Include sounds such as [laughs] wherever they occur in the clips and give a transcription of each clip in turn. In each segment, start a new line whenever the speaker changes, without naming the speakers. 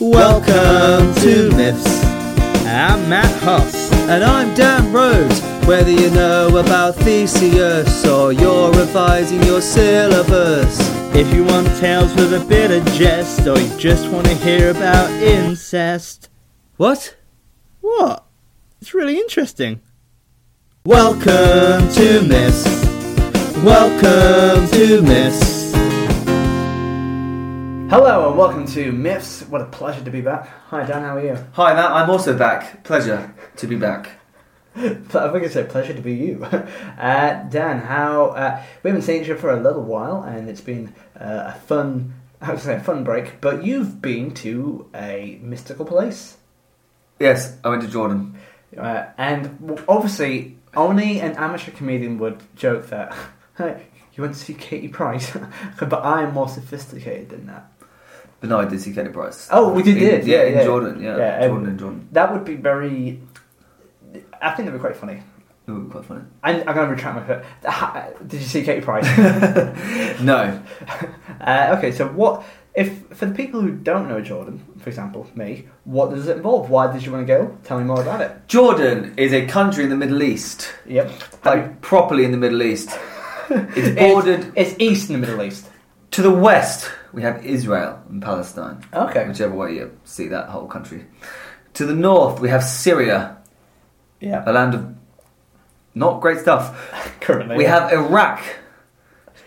Welcome to Myths,
I'm Matt Huss.
and I'm Dan Rhodes. Whether you know about Theseus or you're revising your syllabus,
If you want tales with a bit of jest, or you just want to hear about incest,
what?
what? It's really interesting.
Welcome to Myths. Welcome to Myths.
Hello and welcome to Myths. What a pleasure to be back. Hi Dan, how are you?
Hi, Matt. I'm also back. Pleasure to be back.
[laughs] I think it's a pleasure to be you. [laughs] Uh, Dan, how uh, we haven't seen each other for a little while, and it's been uh, a fun, I would say, a fun break. But you've been to a mystical place,
Yes, I went to Jordan.
uh, and w- obviously, only an amateur comedian would joke that [laughs] "Hey, you went to see Katie Price, [laughs] but I am more sophisticated than that.
But no, I did see Kelly Price.
Oh, we did,
In-
did.
Yeah,
yeah,
in Jordan. Yeah,
um,
Jordan and Jordan.
That would be very. I think that'd be quite funny.
It would be quite funny. [laughs]
I'm, I'm going to retract my foot. Ha- Did you see Katie Price?
[laughs] No,
uh, okay, so what if for the people who don't know Jordan, for example, me, what does it involve? Why did you want to go? Tell me more about it.
Jordan is a country in the Middle East,
Yep,
like properly in the Middle East. [laughs] It's
It's-
bordered
It's, east in the Middle East.
to the west. We have Israel and Palestine,
Okay.
whichever way you see that whole country. To the north, we have Syria,
Yeah.
a land of not great stuff.
Currently,
We have Iraq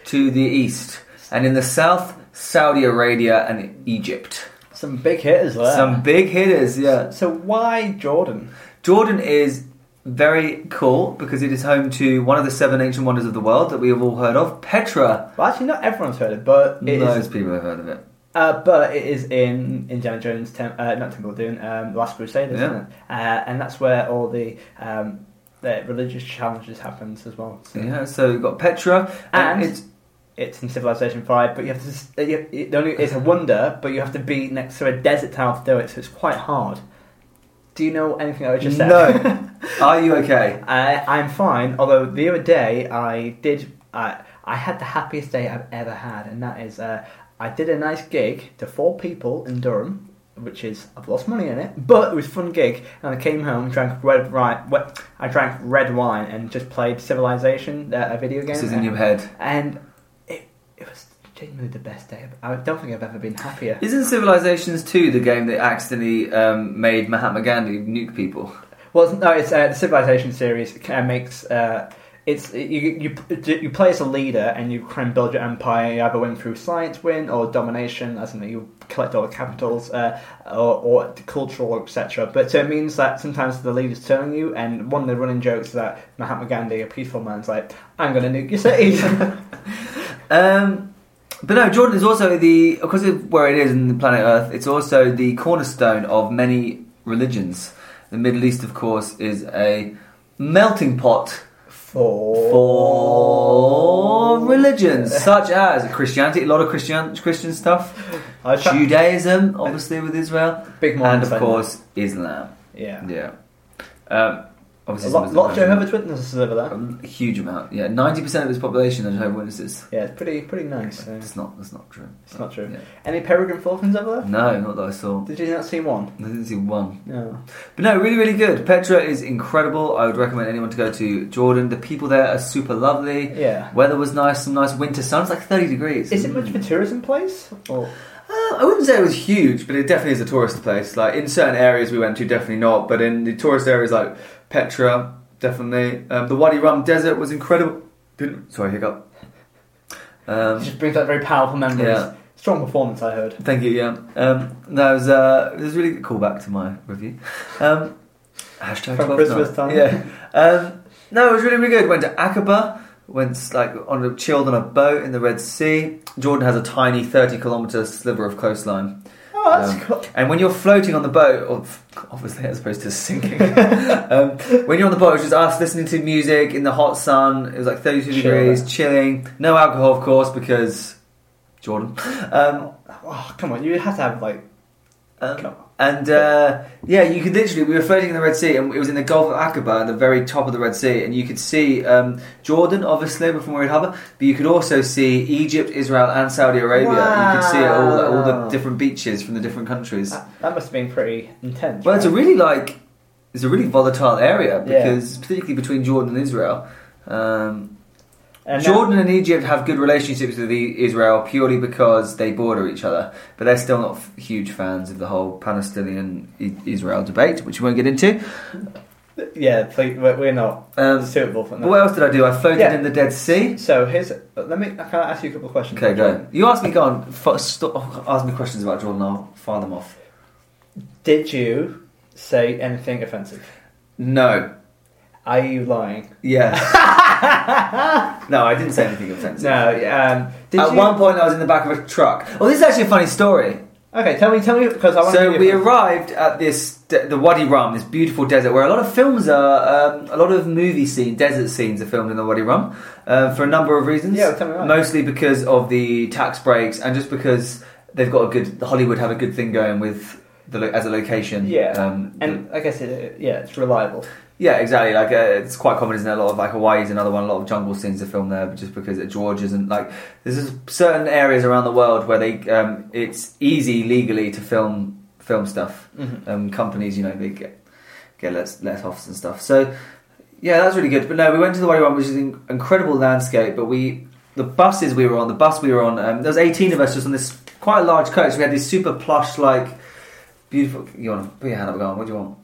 to the east, and in the south, Saudi Arabia and Egypt.
some big hitters there. Uh,
Some big hitters, yeah.
So why Jordan?
Jordan is very cool because it is home to one of the seven ancient wonders of the world that we have all heard of, Petra.
Well, actually, not everyone's heard it, but it is.
Most people have heard of it.
Uh, but it is in Indiana Jones, Tem- uh, not Temple of Doom, um, The Last Crusade, isn't
Yeah.
it? Uh, and that's where all the, um, the religious challenges happens as well. So
Yeah, so you've got Petra, and,
And-
it's
It's in Civilization Five, but you have to. s- uh, You have, it only, it's a wonder, but you have to be next to a desert tile to do it, so it's quite hard. Do you know anything I just said? [laughs]
no. Are you okay?
I, I'm fine. Although the other day I did, I I had the happiest day I've ever had, and that is uh, I did a nice gig to four people in Durham, which is I've lost money in it, but it was a fun gig. And I came home, drank red wine, what I drank red wine, and just played Civilization, uh, a video game.
This is in your head.
And it it was genuinely the best day. I've- I don't think I've ever been happier.
Isn't Civilizations 2 the game that accidentally um, made Mahatma Gandhi nuke people?
Well, it's- no, it's uh, the Civilization series uh, makes uh, it's you, you you play as a leader and you try and build your empire. You either win through science win or domination, as in that you collect all the capitals uh, or, or cultural etc. But so it means that sometimes the leader's turning you, and one of the running jokes is that Mahatma Gandhi, a peaceful man, is like, "I'm going to nuke your [laughs] cities."
Um, but no, Jordan is also the because of where it is in the planet Earth. It's also the cornerstone of many religions. The Middle East, of course, is a melting pot
for
for religions such as Christianity, a lot of Christian Christian stuff,
I was try-
Judaism, obviously with Israel,
big
and
Mormon
of
fan.
course Islam.
yeah.
Yeah, um,
A
obviously
lot,
Islam
lot of
is a-
Jehovah's Witnesses over there.
a huge amount. Yeah, ninety percent of its population are Jehovah's Witnesses.
Yeah, it's pretty pretty nice. uh,
It's not. That's not true.
It's not true.
Yeah.
Any peregrine falcons over there?
No, not that I saw.
Did you not see one?
I didn't see one.
No.
But no, really, really good. Petra is incredible. I would recommend anyone to go to Jordan. The people there are super lovely.
Yeah.
Weather was nice, some nice winter sun. It's like 30 degrees.
Is it much of a tourism place? Or
Uh, I wouldn't say it was huge, but it definitely is a tourist place. Like in certain areas we went to, definitely not. But in the tourist areas like Petra, definitely. Um, the Wadi Rum Desert was incredible. Didn't sorry hiccup.
it
Um,
just brings out very powerful memories.
Yeah.
Strong performance, I heard.
thank you. Yeah. Um, that was uh, it was really good call back to my review. Um, hashtag
From
12
Christmas
night.
time.
Yeah. Um, no, it was really, really good. Went to Aqaba, went like on a, chilled on a boat in the Red Sea. Jordan has a tiny 30 kilometer sliver of coastline.
Oh, that's
Um,
cool.
And when you're floating on the boat, or f- obviously as opposed to
[laughs]
sinking, um, when you're on the boat, it was just us listening to music in the hot sun. It was like 32
Chill.
degrees, chilling. No alcohol, of course, because Jordan. Um,
Oh, come on, you have to have like
Um,
Come on.
and uh, yeah, you could literally, we were floating in the Red Sea and it was in the Gulf of Aqaba at the very top of the Red Sea, and you could see um, Jordan, obviously, from Worried Harbour, but you could also see Egypt, Israel, and Saudi Arabia. You could see it all, all the
Wow.
different beaches from the different countries.
That, that must have been pretty intense.
Well, it's a
right?
really like it's a really volatile area
Yeah.
because particularly between Jordan and Israel. Um,
And now-
Jordan and Egypt have good relationships with the Israel purely because they border each other, but they're still not f- huge fans of the whole Palestinian-Israel debate, which we won't get into.
yeah, please, we're, we're not
Um,
suitable for
but what
that.
else did I do? I floated
Yeah.
in the Dead Sea.
So here's. Let me. Can I ask you a couple of questions?
Okay, go. You ask me, go on. F- stop, oh, ask me questions about Jordan. I'll fire them off.
Did you say anything offensive?
No.
Are you lying? [laughs]
Yeah. no, I didn't say anything offensive.
No. Um, did
At
you?
one point, I was in the back of a truck. Oh, this is actually a funny story.
Okay, tell me, tell me, because I want
So
to.
we arrived at this de- the Wadi Rum, this beautiful desert where a lot of films are, um, a lot of movie scene, desert scenes are filmed in the Wadi Rum uh, for a number of reasons.
Yeah, tell me why.
Mostly because of the tax breaks and just because they've got a good Hollywood have a good thing going with the lo- as a location.
Yeah.
um,
and I guess it, yeah, it's reliable.
yeah, exactly. Like uh, it's quite common, isn't it? A lot of like Hawaii's another one. A lot of jungle scenes are filmed there, but just because it, George isn't like there's just certain areas around the world where they um, it's easy legally to film film stuff.
Mhm.
Um, companies, you know, they get get less less offs and stuff. So yeah, that's really good. But no, we went to the Wadi Rum, which is an incredible landscape. But we the buses we were on, the bus we were on, um, there was 18 of us just on this quite large coach. We had these super plush, like beautiful. You want to put your hand up? Go on. What do you want?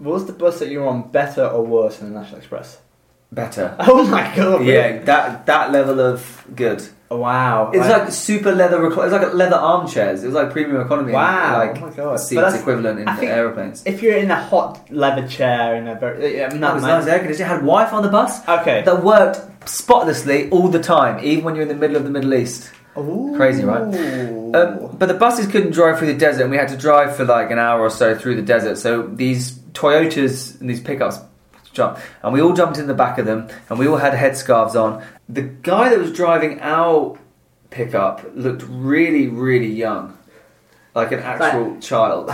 Was the bus that you were on better or worse than the National Express? [laughs]
Better.
Oh my god!
Yeah, that that level of good.
Wow.
It's like super leather. Reco- it's like leather armchairs. It was like premium economy.
Wow,
Like
oh my God.
seats
But that's-
equivalent in
I think-
aeroplanes.
if you're in a hot leather chair in a very, yeah, I mean,
Oh, That
that
was
might-
nice air conditioning. It had Wi-Fi on the bus.
Okay.
That worked spotlessly all the time, even when you're in the middle of the Middle East. Crazy,
[laughs]
right? Um, but the buses couldn't drive through the desert, and we had to drive for like an hour or so through the desert. So these Toyotas and these pickups jump, and we all jumped in the back of them, and we all had headscarves on. The guy that was driving our pickup looked really, really young, like an actual child.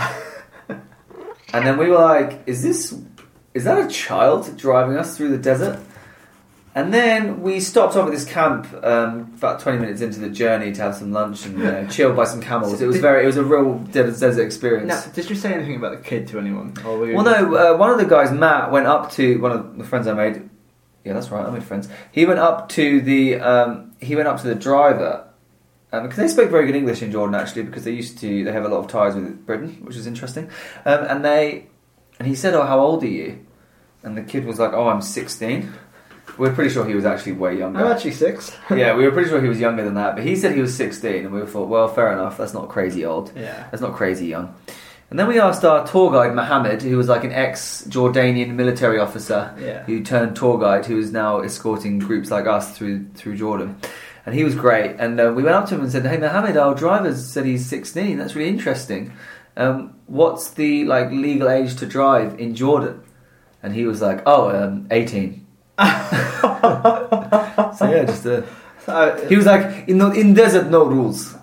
and then we were like, "Is this? Is that a child driving us through the desert?" And then we stopped off at this camp um, about twenty minutes into the journey to have some lunch and you know, chill by some camels. It was very, it was a real desert desert experience.
now, did you say anything about the kid to anyone? Or were you-
Well, no, uh, one of the guys, Matt, went up to one of the friends I made. Yeah, that's right, I made friends. He went up to the um, he went up to the driver um, because they spoke very good English in Jordan actually because they used to they have a lot of ties with Britain, which is interesting. Um, and they and he said, "Oh, how old are you?" And the kid was like, "Oh, I'm 16." We're pretty sure he was actually way younger
I'm actually six. [laughs]
yeah, we were pretty sure he was younger than that, but he said he was 16, and we thought, well, fair enough, that's not crazy old.
Yeah.
[laughs] That's not crazy young. And then we asked our tour guide, Mohammed, who was like an ex Jordanian military officer
Yeah.
who turned tour guide, who is now escorting groups like us through, through Jordan. And he was great. And uh, we went up to him and said, hey, Mohammed, our driver said he's 16. That's really interesting. Um, what's the like legal age to drive in Jordan? And he was like, oh, um, 18. So yeah, just a.
[laughs] So-
He was like, in, no, in desert, no rules.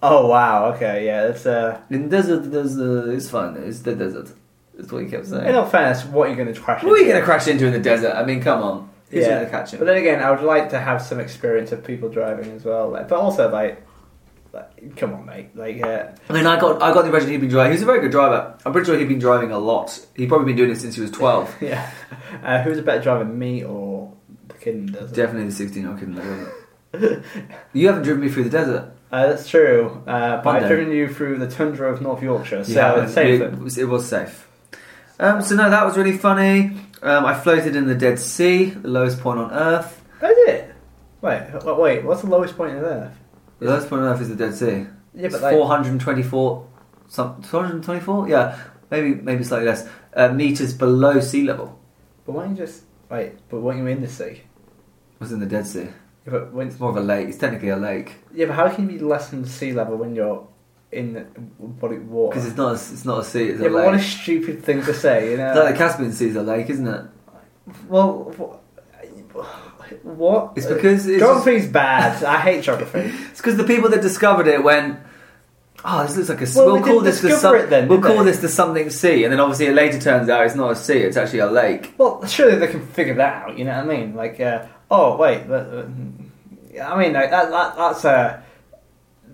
oh wow. Okay. Yeah. That's uh.
In desert, there's, uh, it's fine. It's the desert. That's what he kept saying.
In all fairness, what are you going to crash?
What are you
into?
going to crash into in the desert? I mean, come on. Who's going to catch
But
him?
then again, I would like to have some experience of people driving as well. Like, but also, like, like, come on, mate. Like, uh,
I mean, I got, I got the impression he'd been driving. He's a very good driver. I'm pretty sure he'd been driving a lot. He'd probably been doing it since he was 12.
yeah. [laughs] Uh, who's a better driver, me or the kid in the desert?
Definitely the 16 year old kid in the desert. you haven't driven me through the desert.
[laughs] Uh, that's true. Uh, but
One
I've
day.
driven you through the tundra of North Yorkshire, so
Yeah,
it's safe.
It, was- it was safe. Um, so, no, that was really funny. Um, I floated in the Dead Sea, the lowest point on Earth.
That's Oh, it. Wait, wait, wait, what's the lowest point on Earth?
The lowest point on Earth is the Dead Sea.
Yeah, but
It's
like,
424, some 424, yeah, maybe maybe slightly less uh, meters below sea level.
but why don't you just wait? But why don't you in the sea?
Was in the Dead Sea.
Yeah, but when,
It's more of a lake. It's technically a lake
yeah, but how can you be less than sea level when you're in the body of water?
because it's not a, it's not a sea. It's
yeah,
a
but what a
lake.
stupid thing to say, you know?
It's [laughs] like the Caspian Sea is a lake, isn't it?
Well, wh- what?
It's because it's [laughs]
geography's bad. I hate geography.
It's because the people that discovered it went. Oh, this looks like a. s-
Well,
We'll,
they
call
didn't
this the
discover
some-
it then,
We'll
did
call
they?
this the something sea, and then obviously it later turns out it's not a sea; it's actually a lake.
Well, surely they can figure that out. You know what I mean? Like, uh, oh wait, but, uh, I mean like, that, that that's uh,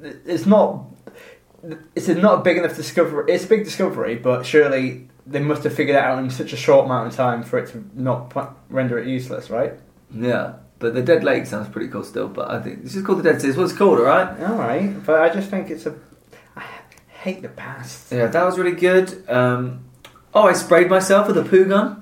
it's not it's not a big enough discovery. It's a big discovery, but surely they must have figured it out in such a short amount of time for it to not p- render it useless, right?
Yeah, but the dead lake sounds pretty cool still. But I think this is called the dead sea. It's what it's called, all right?
All right, but I just think it's a I hate the past.
Yeah, that was really good. Um, oh, I sprayed myself with a poo gun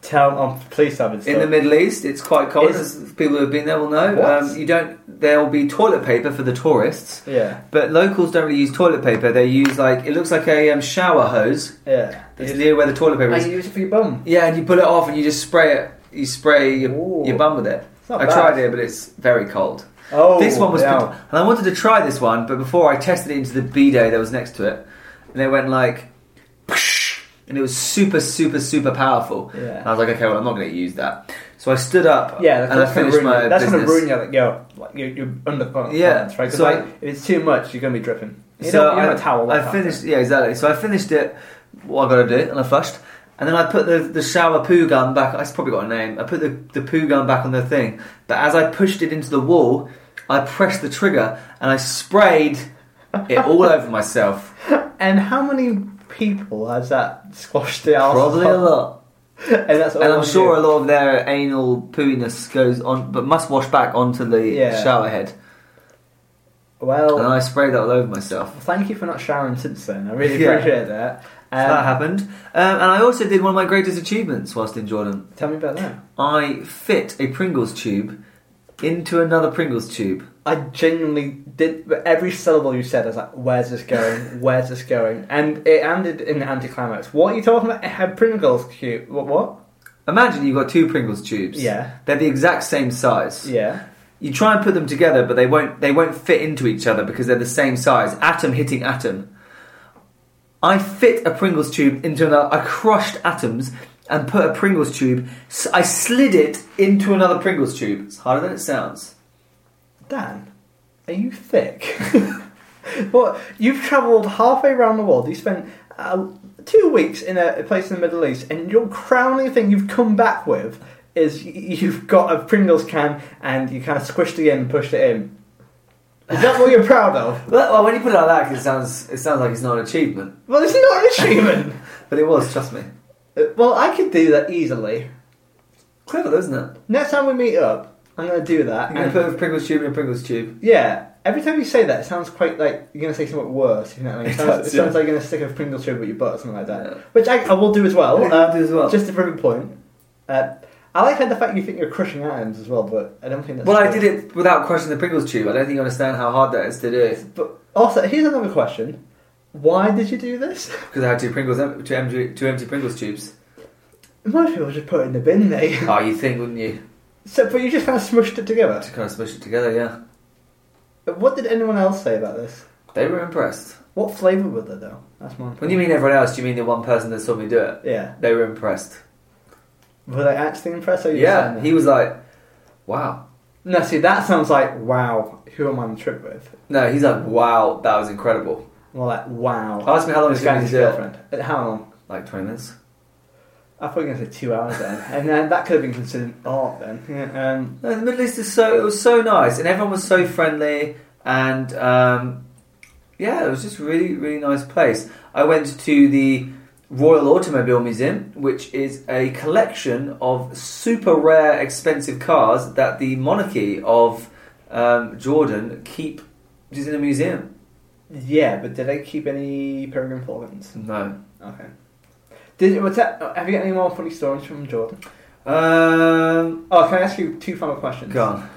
Tell, oh, please tell me.
in the
middle.
Middle East. It's quite common.
Is-
as people who have been there will know.
What?
Um, you don't. There will be toilet paper for the tourists.
Yeah,
But locals don't really use toilet paper. They use like it looks like a um, shower hose.
yeah.
It's near where the toilet paper
And
is.
you use it for your bum.
Yeah, and you pull it off and you just spray it. You spray
Ooh.
your, your bum with it.
It's not
I
bad.
tried it, but it's very cold.
Oh,
this one was,
yeah.
and I wanted to try this one, but before I tested it into the b day that was next to it, and it went like, and it was super, super, super powerful.
Yeah.
And I was like, okay, well, I'm not going to use that. So I stood up,
Yeah,
and I
that's, gonna
finished
ruin
my
you. that's
business.
gonna ruin your like yo, like you're, you're under confidence,
Yeah,
right? Because
so I-
like, if it's too much, you're gonna be dripping. You
so
don't, you
I,
don't towel.
I finished. Yeah, exactly. So I finished it. What I got to do, and I flushed, and then I put the, the shower poo gun back. It's probably got a name. I put the, the poo gun back on the thing, but as I pushed it into the wall, I pressed the trigger and I sprayed it
[laughs]
all over myself.
And how many people has that squashed the arse?
Probably
[laughs]
a lot,
and that's all
and
on
I'm sure a
you.
lot of their anal pooiness goes on, but must wash back onto the
Yeah.
shower head.
Well,
And I sprayed that all over myself.
thank you for not showering since then. I really
Yeah.
appreciate that.
So that
Um,
happened, um, and I also did one of my greatest achievements whilst in Jordan.
tell me about that.
I fit a Pringles tube into another Pringles tube.
I genuinely did every syllable you said. I was like, "Where's this going? Where's this going?" And it ended in an anticlimax. What are you talking about? It had Pringles cute. What? What?
Imagine you've got two Pringles tubes.
Yeah.
They're the exact same size.
Yeah.
You try and put them together, but they won't they won't fit into each other because they're the same size. Atom hitting atom. I fit a Pringles tube into another I crushed atoms and put a Pringles tube s- I slid it into another Pringles tube. It's harder than it sounds.
Dan, are you thick? [laughs] what? You've travelled halfway around the world. You spent uh, two weeks in a, a place in the Middle East, and your crowning thing you've come back with is y- you've got a Pringles can and you kind of squished it in, and pushed it in. Is that what you're proud of?
Well, well, when you put it like that, 'cause it sounds it sounds like it's not an achievement,
Well, it's not an achievement.
but it was. Trust me,
Uh, well, I could do that easily.
clever, isn't it?
Next time we meet up, I'm going to do that.
I'm gonna
and-
put a Pringles tube in a Pringles tube.
Yeah. Every time you say that, it sounds quite like you're going to say something worse. You know what
[laughs]
I mean? It
It
sounds,
does,
it sounds
yeah.
like you're going to stick a Pringle tube at your butt or something like that.
Yeah.
Which I, I will do as well.
I think
Uh,
I'll do as well.
Just to prove a point. Uh, I like how the fact you think you're crushing atoms as well, but I don't think that's.
Well, I
true.
did it without crushing the Pringles tube. I don't think you understand how hard that is to do
But also, here's another question. Why did you do this?
because I had two Pringles, em- two empty, two empty Pringles tubes.
Most people just put it in the bin, they. [laughs]
Oh, you think, wouldn't you?
So, but you just kind of smushed it together.
To kind of smush it together, yeah.
But What did anyone else say about this?
They were impressed.
What flavour were there, though? That's my.
When you mean everyone else, do you mean the one person that saw me do it?
Yeah.
They were impressed.
Were they actually impressed? Or you just saying
Yeah,
that?
he was like, "Wow."
No, see, that sounds like wow. Who am I on the trip with?
No, he's like, "Wow, that was incredible."
More like wow.
Ask me how long
This
it's going
guy's
to do.
girlfriend. Uh, How long?
Like twenty minutes.
I thought you were going to say two hours then, and then that could have been considered art then. Yeah, um,
No, the Middle East is so it was so nice, and everyone was so friendly, and um, yeah, it was just a really really nice place. I went to the Royal Automobile Museum, which is a collection of super rare, expensive cars that the monarchy of um, Jordan keep just in a museum.
yeah, but did they keep any peregrine falcons?
No,
Okay. Did what's that? oh, Have you got any more funny stories from Jordan?
um,
Oh, can I ask you two final questions?
go on.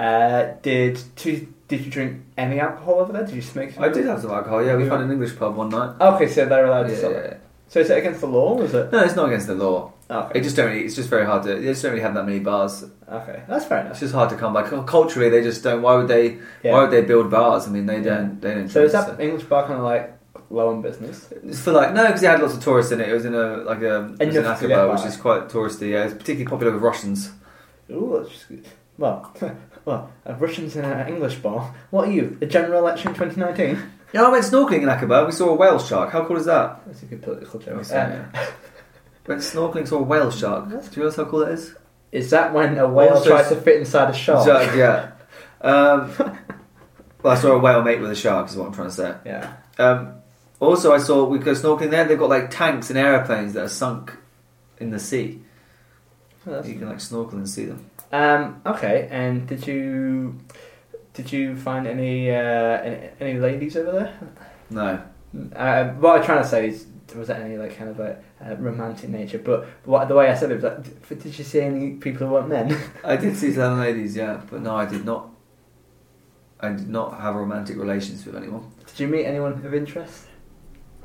Uh, did two, did you drink any alcohol over there? Did you smoke?
I did have some alcohol. Yeah, we found an English pub one night.
Okay, so they're allowed to
Yeah,
sell
yeah,
it.
yeah.
So is it against the law? Is it?
No, it's not against the law.
Okay.
It just don't. Really, it's just very hard to. They just don't really have that many bars
Okay, that's fair enough.
It's just hard to come by. Cu- Culturally, they just don't. Why would they?
Yeah.
Why would they build bars? I mean, they don't. They don't.
So is that
drink,
English bar kind of like low on business?
so- It's for like no, because it had lots of tourists in it. It was in a like a it was
Enough
an
to
Akaba,
get
which
by.
is quite touristy. Yeah, it's particularly popular with Russians.
Ooh, that's just- Well, [laughs] well, uh, Russians in an English bar. What are you? The general election 2019?
Yeah, I went snorkeling in Aqaba. We saw a whale shark. How cool is that?
That's a good political
We
joke.
saw,
Uh,
yeah. went snorkeling, saw a whale shark. Do you realise how cool that is?
is that when a whale
Also-
tries to fit inside a shark?
Shark,
[laughs]
yeah. Um, well, I saw a whale mate with a shark. Is what I'm trying to say.
Yeah.
Um, also, I saw we go snorkeling there. They've got like tanks and airplanes that are sunk in the sea.
Well, Oh, that's-
You can like snorkel and see them.
Um, okay, and did you did you find any uh, any, any ladies over there?
No,
Uh, what I'm trying to say is, was that any like kind of a uh, romantic nature? But what the way I said it was like, "D- did you see any people who weren't men? [laughs]
I did see some ladies, yeah, but no, I did not. I did not have romantic relations with anyone.
did you meet anyone of interest?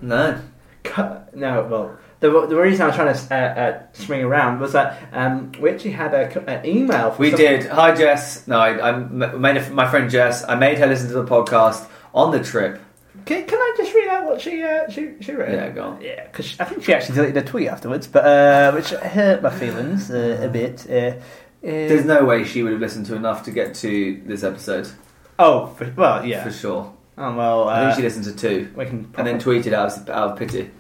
No,
Cu- No, well. The, the reason I was trying to uh, uh, swing around was that um, we actually had a, co- an email. From
we
someone-
did. Hi, Jess. No, I, I m- made a, my friend Jess. I made her listen to the podcast on the trip.
Can, can I just read out what she uh, she she wrote?
Yeah, go on.
Yeah, because I think she actually deleted a tweet afterwards, but uh, which hurt my feelings uh, a bit. Uh,
There's
uh,
no way she would have listened to enough to get to this episode
oh, for, well, yeah.
for sure.
oh well, uh,
I think she listened to two
we can
and then tweeted out of, out of pity.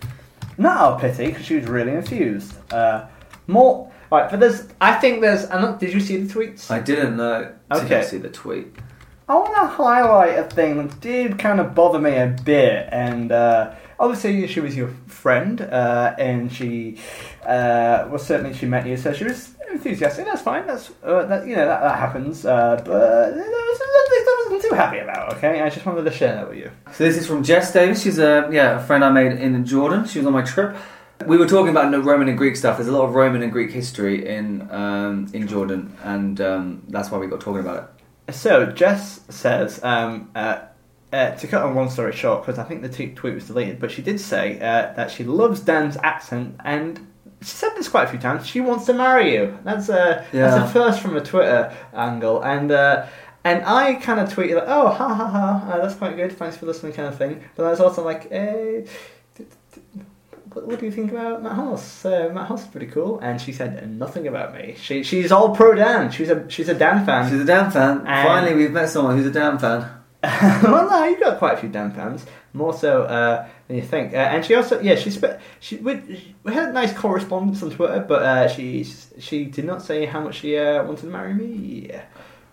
Not our pity, because she was really infused. Uh, more right, but there's. I think there's. I'm not, did you see the tweets?
I didn't know. Did
Okay.
I see the tweet?
I want to highlight a thing that did kind of bother me a bit, and uh, obviously she was your friend, uh, and she uh, well certainly she met you, so she was enthusiastic. That's fine. That's uh, that you know that, that happens, uh, but there was nothing I wasn't too happy about. Okay, I just wanted to share that with you.
So this is from Jess Davis. She's a yeah a friend I made in Jordan. She was on my trip. We were talking about the Roman and Greek stuff. There's a lot of Roman and Greek history in um, in Jordan, and um, that's why we got talking about it.
So Jess says, um, uh, uh, to cut a long story short, because I think the t- tweet was deleted, but she did say uh, that she loves Dan's accent, and she said this quite a few times. She wants to marry you. That's a
Yeah.
that's a first from a Twitter angle, and. Uh, and I kind of tweeted like, "Oh, ha ha ha, uh, that's quite good. Thanks for listening," kind of thing. But I was also like, "Hey, d- d- what, what do you think about Matt Hoss? Uh, Matt Hoss is pretty cool." And she said nothing about me. She she's all pro Dan. She's a she's a Dan fan.
She's a Dan fan.
And-
Finally, we've met someone who's a Dan fan.
[laughs] well, no, you've got quite a few Dan fans, more so uh, than you think. Uh, and she also, yeah, she spe- she we, we had a nice correspondence on Twitter, but uh, she she did not say how much she uh, wanted to marry me.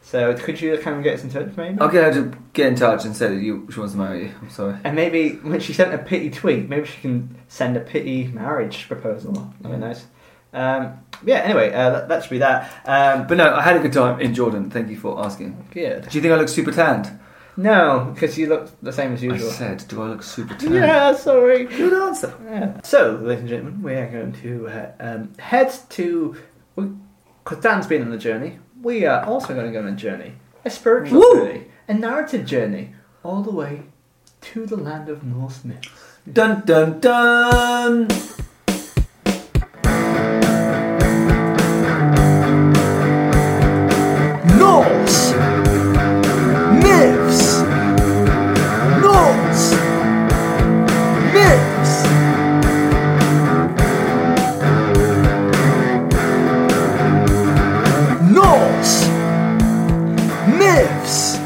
So could you kind of get us in touch, maybe?
I'll get her to get in touch and say that you, she wants to marry you. I'm sorry.
And maybe when she sent a pity tweet, maybe she can send a pity marriage proposal. That'd be nice. Um, yeah. Anyway, uh, that, that should be that. Um,
But no, I had a good time in Jordan. Thank you for asking.
good.
Do you think I look super tanned?
No, because you look the same as
I
usual.
said, do I look super tanned?
[laughs] Yeah. Sorry.
Good answer.
Yeah. So, ladies and gentlemen, we are going to uh, um, head to. Because Dan's been on the journey, we are also going to go on a journey. A spiritual
Woo!
journey, a narrative journey, all the way to the land of Norse myth.
Dun dun dun.
Norse myths. Norse myths. Norse myths.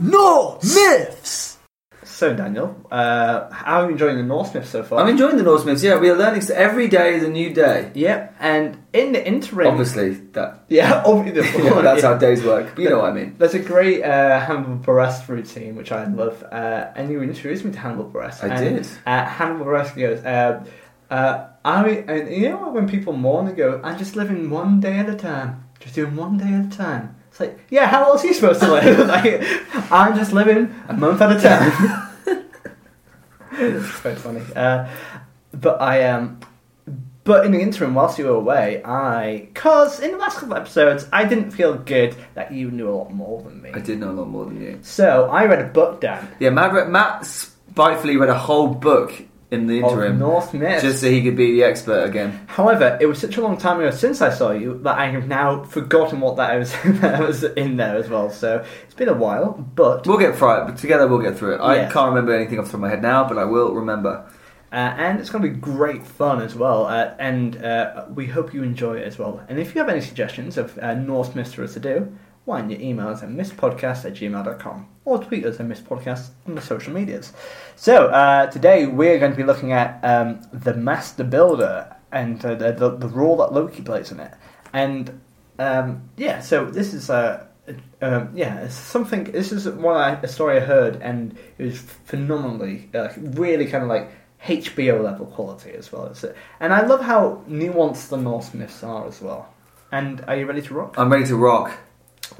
Norse myths.
So, Daniel, uh, how are you enjoying the Norse myth so far?
I'm enjoying the Norse myths. Yeah, we are learning. So every day is a new day.
yep, and in the [laughs] interim.
Obviously, that
Yeah, [laughs] obviously.
Yeah, [laughs] that's how days work. But you know what I mean.
There's a great uh, Hannibal Buress routine which I love, uh, and you introduced me to Hannibal Buress.
I
and,
did.
Uh, Hannibal Buress goes, uh, uh, I and you know when people mourn, they go, "I'm just living one day at a time, just doing one day at a time." It's like, yeah, how else are you supposed to live? [laughs] like, I'm just living a month at
[laughs]
a time. it's quite funny. Uh, but I um, but in the interim, whilst you were away, I, cause in the last couple of episodes, I didn't feel good that you knew a lot more than me.
I did know a lot more than you.
So I read a book, Dan,
Yeah, Matt, re- Matt spitefully read a whole book in the
of
interim
North Myth.
just so he could be the expert again.
However, it was such a long time ago since I saw you that I have now forgotten what that was, [laughs] that was in there as well. So it's been a while, but
We'll get through it. Together, we'll get through it. I
Yeah.
can't remember anything off the top of my head now, but I will remember.
Uh, and it's going to be great fun as well, uh, and uh, we hope you enjoy it as well. And if you have any suggestions of uh, Norse mysteries to do, why don't you email us at misspodcast at gmail.com or tweet us at misspodcast on the social medias. So, uh, today we're going to be looking at um, the Master Builder and uh, the, the, the role that Loki plays in it. And um, yeah, so this is uh, um, yeah, it's something. This is one I, a story I heard, and it was phenomenally, uh, really kind of like HBO level quality as well. It's, and I love how nuanced the Norse myths are as well. And are you ready to rock?
I'm ready to rock.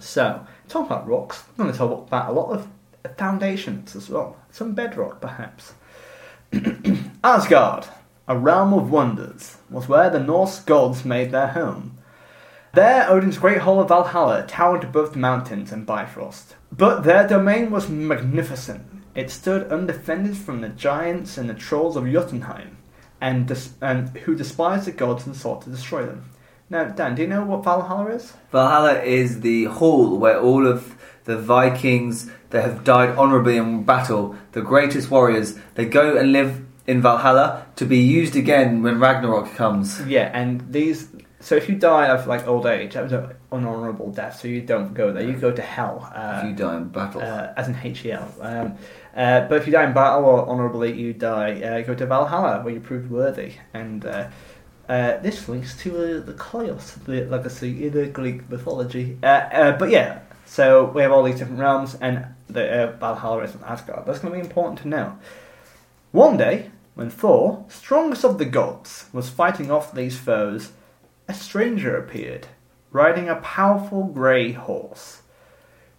So, talk about rocks. I'm going to talk about a lot of foundations as well. Some bedrock, perhaps. [clears throat] Asgard, a realm of wonders, was where the Norse gods made their home. There, Odin's great hall of Valhalla towered above the mountains and Bifrost. But their domain was magnificent. It stood undefended from the giants and the trolls of Jotunheim, and, dis- and who despised the gods and sought to destroy them. Now, Dan, do you know what Valhalla is?
Valhalla is the hall where all of the Vikings that have died honorably in battle, the greatest warriors, they go and live in Valhalla to be used again when Ragnarok comes.
Yeah, and these. So if you die of like old age, that was an honourable death. So you don't go there. You go to hell.
If you
Uh,
die in battle.
uh, as in HEL. Um, uh, but if you die in battle or honourably you die, uh, go to Valhalla where you're proved worthy. And uh, uh, this links to uh, the Chaos, the legacy in the Greek mythology. Uh, uh, but yeah, so we have all these different realms, and the uh, Valhalla is in Asgard. That's going to be important to know. One day, when Thor, strongest of the gods, was fighting off these foes, a stranger appeared, riding a powerful grey horse.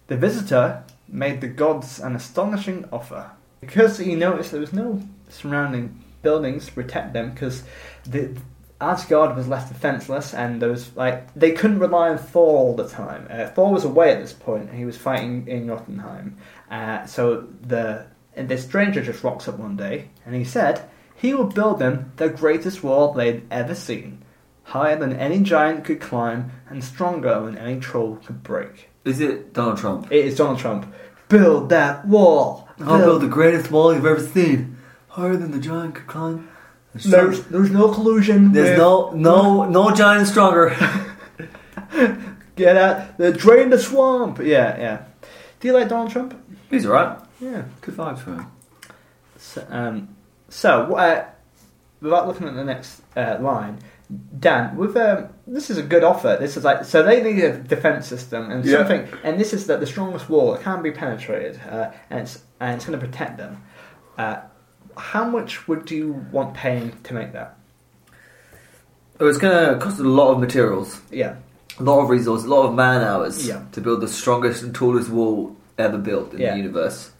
The visitor made the gods an astonishing offer. Because he noticed there was no surrounding buildings to protect them, because the Asgard was left defenseless, and there was like they couldn't rely on Thor all the time. Uh, Thor was away at this point, and he was fighting in Jotunheim. Uh, so the and this stranger just rocks up one day, and he said he would build them the greatest wall they'd ever seen, higher than any giant could climb, and stronger than any troll could break.
is it Donald Trump?
It is Donald Trump. Build that wall.
I'll build the greatest wall you've ever seen, higher than the giant could climb. There's no-
There's, there's no collusion.
there's
with-
no no no giant stronger. [laughs]
get out. The drain the swamp. Yeah, yeah. Do you like Donald Trump?
He's alright.
Yeah.
Good vibes for him.
So, um, so uh, without looking at the next uh, line, Dan, with um, this is a good offer. This is like so they need a defense system and
Yeah.
something, and this is that the strongest wall that can be penetrated, uh, and it's and it's going to protect them. Uh, how much would you want paying to make that?
It was going to cost a lot of materials,
Yeah.
a lot of resources, a lot of man hours
Yeah.
to build the strongest and tallest wall ever built in
Yeah.
the universe.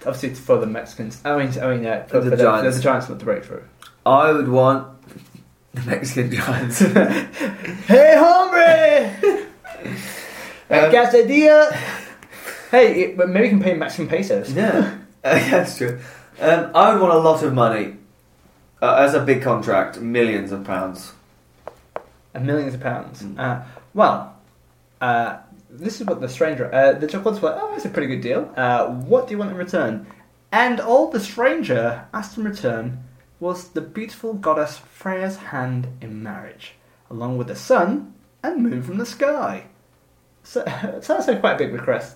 Obviously, it's for the Mexicans. I mean, I mean, uh, for,
The
for the,
Giants.
the Giants not to
[laughs]
break through.
I would want [laughs] the Mexican giants. [laughs]
Hey,
Uh,
hombre!
Um,
Casadilla! Hey, it- but maybe we can pay Mexican pesos.
yeah, that's true. Um, I would want a lot of money. Uh, as a big contract, millions of pounds.
And millions of pounds.
Mm.
Uh, well, uh, this is what the stranger. Uh, the chocolates were, oh, it's a pretty good deal. Uh, what do you want in return? And all the stranger asked in return was the beautiful goddess Freya's hand in marriage, along with the sun and moon from the sky. So, [laughs] so that's a quite a big request.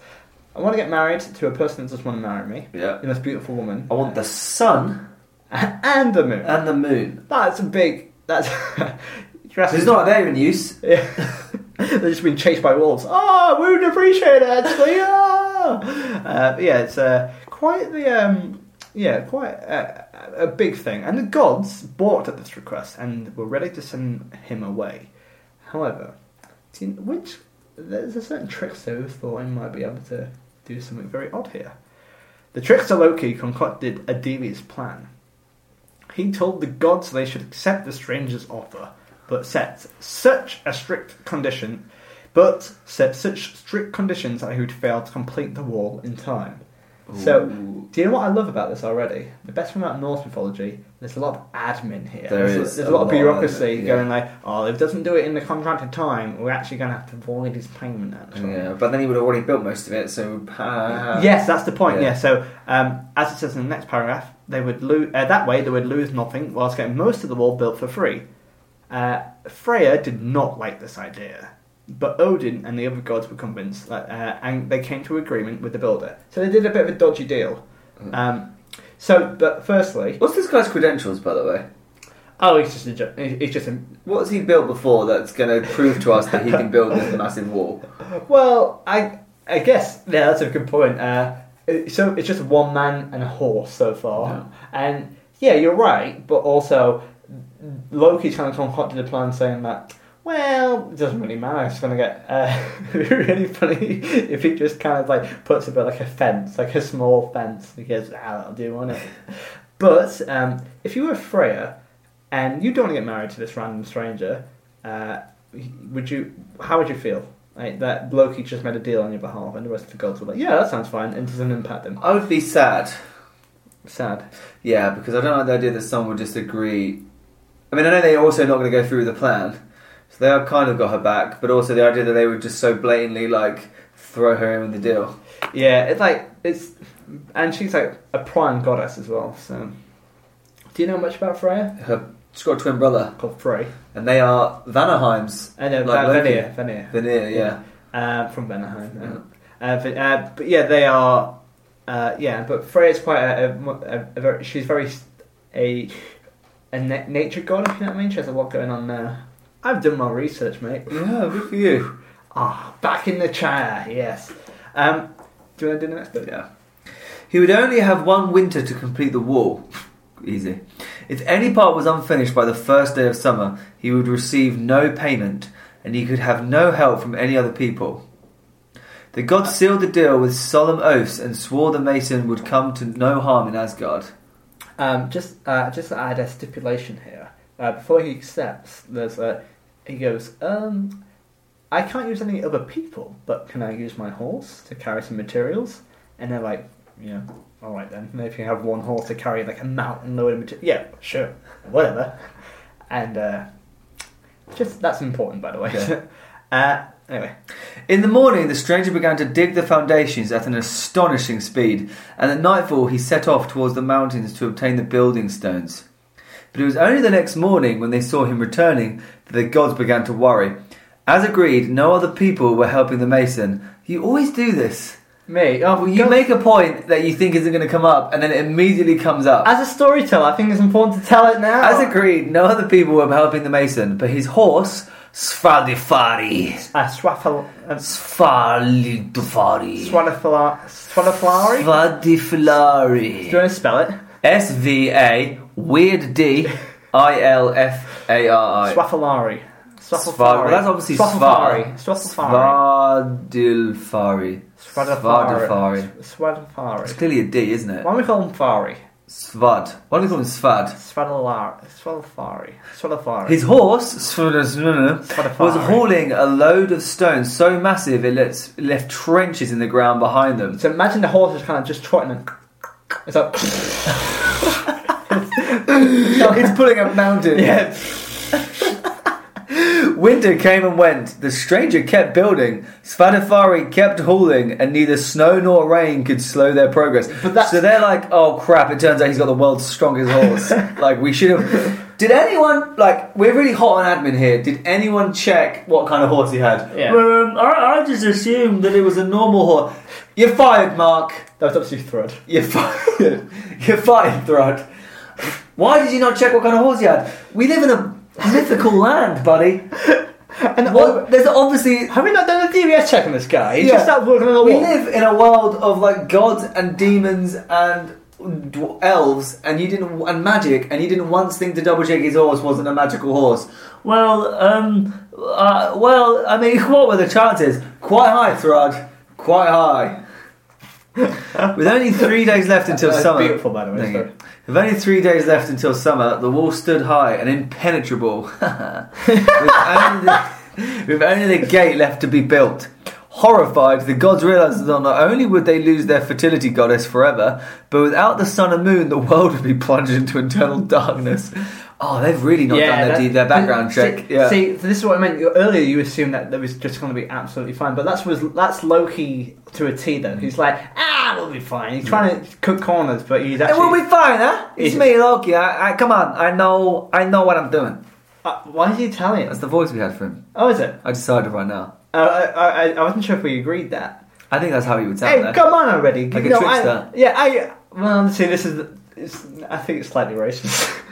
I want to get married to a person that doesn't want to marry me.
Yeah.
The most beautiful woman. [laughs]
I want the sun
and the moon. Uh,
and the moon.
that's a big. That's. [laughs]
It's not there in use.
Yeah. [laughs] They've just been chased by wolves. Oh, we would appreciate it actually. Ah! Uh, yeah, it's uh, quite the um, yeah, quite uh, a big thing. And the gods balked at this request and were ready to send him away. However, do you- which there's a certain trickster who thought he might be able to do something very odd here. The trickster Loki concocted a devious plan. He told the gods they should accept the stranger's offer, but set such a strict condition, but set such strict conditions that he would fail to complete the wall in time. So,
Ooh.
do you know what I love about this already? The best thing about Norse mythology, there's a lot of admin here.
There
there's,
is
there's
a
a lot of
lot of
bureaucracy
admin, yeah.
going like, oh, if it doesn't do it in the contracted time, we're actually going to have to void his payment. Actually.
Yeah, but then he would have already built most of it, so. Uh,
Yes, that's the point.
Yeah.
Yeah. So, um, as it says in the next paragraph, they would lose uh, that way. They would lose nothing whilst getting most of the wall built for free. Uh, Freya did not like this idea, but Odin and the other gods were convinced, that, uh, and they came to agreement with the builder. So they did a bit of a dodgy deal. Um, so, but firstly,
What's this guy's credentials, by the way?
oh, he's just a, jo- he's just a
What has he built before that's going to prove to us that he can build this massive wall?
Well, I I guess yeah, that's a good point. Uh, it- so it's just one man and a horse so far,
Yeah.
and yeah, you're right. But also, Loki's kind of come hot to the plan, saying that. Well, it doesn't really matter. It's gonna get uh, [laughs] really funny [laughs] if he just kind of like puts a bit like a fence, like a small fence, because ah, that'll do, won't it? But um, if you were Freya and you don't want to get married to this random stranger, uh, would you? How would you feel? Like that Loki just made a deal on your behalf, and the rest of the gods were like, "Yeah, that sounds fine," and doesn't impact them.
I would be sad.
Sad.
Yeah, because I don't like the idea that someone would just agree. I mean, I know they're also not going to go through with the plan, so they have kind of got her back. But also the idea that they would just so blatantly like throw her in the deal.
Yeah, it's like it's, and she's like a prime goddess as well. So, do you know much about Freya?
Her, she's got a twin brother,
Called Frey. Uh,
and they are Vanaheim's.
I know
Like
Ven-
Loki.
Venir. Venir.
Veneer, yeah.
Uh, from Vanaheim. yeah. Uh, but, uh, but yeah, they are. Uh, yeah, but Freya's quite a, a, a, a very, she's very s- a a na- nature god. If you know what I mean, she has a lot going on there. I've done my research, mate.
Yeah, good for you.
Ah, back in the chair. Yes. Um, do you want to do the next bit?
Yeah. He would only have one winter to complete the wall. Easy. If any part was unfinished by the first day of summer, he would receive no payment, and he could have no help from any other people. The gods sealed the deal with solemn oaths and swore the mason would come to no harm in Asgard.
Um, just uh, just to add a stipulation here. Uh, before he accepts, there's a he goes. Um, I can't use any other people, but can I use my horse to carry some materials? And they're like, yeah, all right then. Maybe you have one horse to carry like a mountain load of material. Yeah, sure, whatever. And uh, just that's important, by the way.
Okay.
[laughs] uh, anyway,
In the morning, the stranger began to dig the foundations at an astonishing speed, and at nightfall he set off towards the mountains to obtain the building stones. But it was only the next morning, when they saw him returning, that the gods began to worry. As agreed, no other people were helping the mason. You always do this.
me.
oh, Well, you make a point that you think isn't going to come up, and then it immediately comes up.
as a storyteller, I think it's important to tell it now.
As agreed, no other people were helping the mason, but his horse, Sfadifari.
uh, swaffle, uh,
Sfalidifari.
swanafla- swanaflari. Do you
Svadifilari.
want to spell it?
S V A Weird D I L F A R I.
Swaffalari.
Sva- well, that's obviously
Swaffalari.
Svar.
Swaffalari.
Svadilfari. Svadilfari. It's
Swadafari.
clearly a D, isn't it?
Why don't we call him Fari?
Svad. Why do we call him Svad?
Swadalari. Swadafari. Swadafari.
His horse, Svadilfari, was hauling a load of stones so massive it left, left trenches in the ground behind them.
[laughs] So imagine the horse is kind of just trotting and. It's like. [laughs]
it's pulling a mountain.
Yeah.
Winter came and went. The stranger kept building. Svadifari kept hauling, and neither snow nor rain could slow their progress.
But that's-
So they're like, "Oh crap!" It turns out he's got the world's strongest
[laughs]
horse. like we should have. Did anyone like? We're really hot on admin here. Did anyone check what kind of horse he had?
Yeah.
Um, I, I just assumed that it was a normal horse. You're fired, Mark.
That was absolutely thrilled.
You're fired. [laughs] You're fired, Thrud. Why did you not check what kind of horse you had? We live in a mythical land, buddy.
And
What? There's obviously.
have we not done a DBS check on this guy? He's
Yeah.
just out working on the
We
wall.
live in a world of like gods and demons and d- elves, and you didn't and magic, and you didn't once think to double check his horse wasn't a magical horse. Well, um, uh, well, I mean, [laughs] what were the chances? Quite high, Thrud. Quite
[laughs]
high. With only three days left until
That's
summer.
beautiful, by the way,
Thank
sorry.
you. With only three days left until summer, the wall stood high and impenetrable. [laughs] with, only the, with only the gate left to be built. Horrified, the gods realized that not only would they lose their fertility goddess forever, but without the sun and moon, the world would be plunged into eternal [laughs] darkness. Oh, they've really not done their,
that-
de- their background
see-
check. Yeah.
See, this is what I meant. Earlier, you assumed that that was just going to be absolutely fine, but that's was that's Loki to a T. Then he's like, ah, we'll be fine. He's trying to cut corners, but he's
it
actually.
will be fine, huh? It's
Yeah.
me, Loki. I, I, come on, I know, I know what I'm doing.
uh, why is he Italian?
That's the voice we had for him.
Oh, is it?
I decided right now.
Uh, I, I, I wasn't sure if we agreed that.
I think that's how he would sound.
Hey,
there.
come on already!
Like a
You know,
trickster.
I, yeah, I. Well, see, this is. It's, I think it's slightly racist.
[laughs]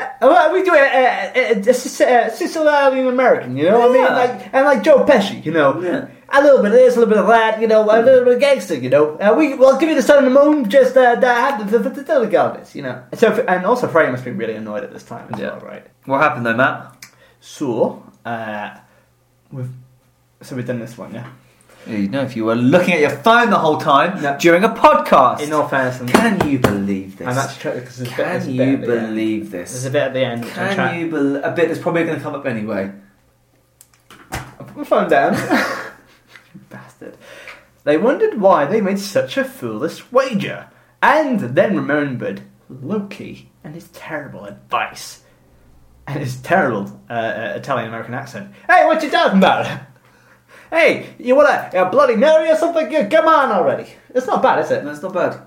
Uh, well, we do it. Uh, uh, uh, Sic- uh, Sicilian American, you know what
Yeah.
I mean? Like and like Joe Pesci, you know.
Yeah.
A little bit of this, a little bit of that, you know, a little bit of gangster, you know. Uh, we, well, give you the sun and the moon, just uh, that, the, the, the, the, regardless, you know. So, and also, Freddie must be really annoyed at this time as
Yeah.
well, right?
What happened though, Matt?
So, uh, we've so we've done this one, yeah.
You know, if you were looking at your phone the whole time
No.
during a podcast.
In all fairness, I'm,
Can you believe this?
I'm actually trying because there's a bit- there's
Can
a bit
you
at the end.
believe
There's a
this?
bit at the end. which I'm
Can
trying-
you believe a bit that's probably going to come up anyway?
I'm phone down. [laughs] Bastard. They wondered why they made such a foolish wager, and then remembered Loki and his terrible advice, and his terrible uh, uh, Italian American accent. Hey, what you talking about? [laughs] Hey, you want a, a Bloody Mary or something? Yeah, Come on already. It's not bad, is it?
That's not bad.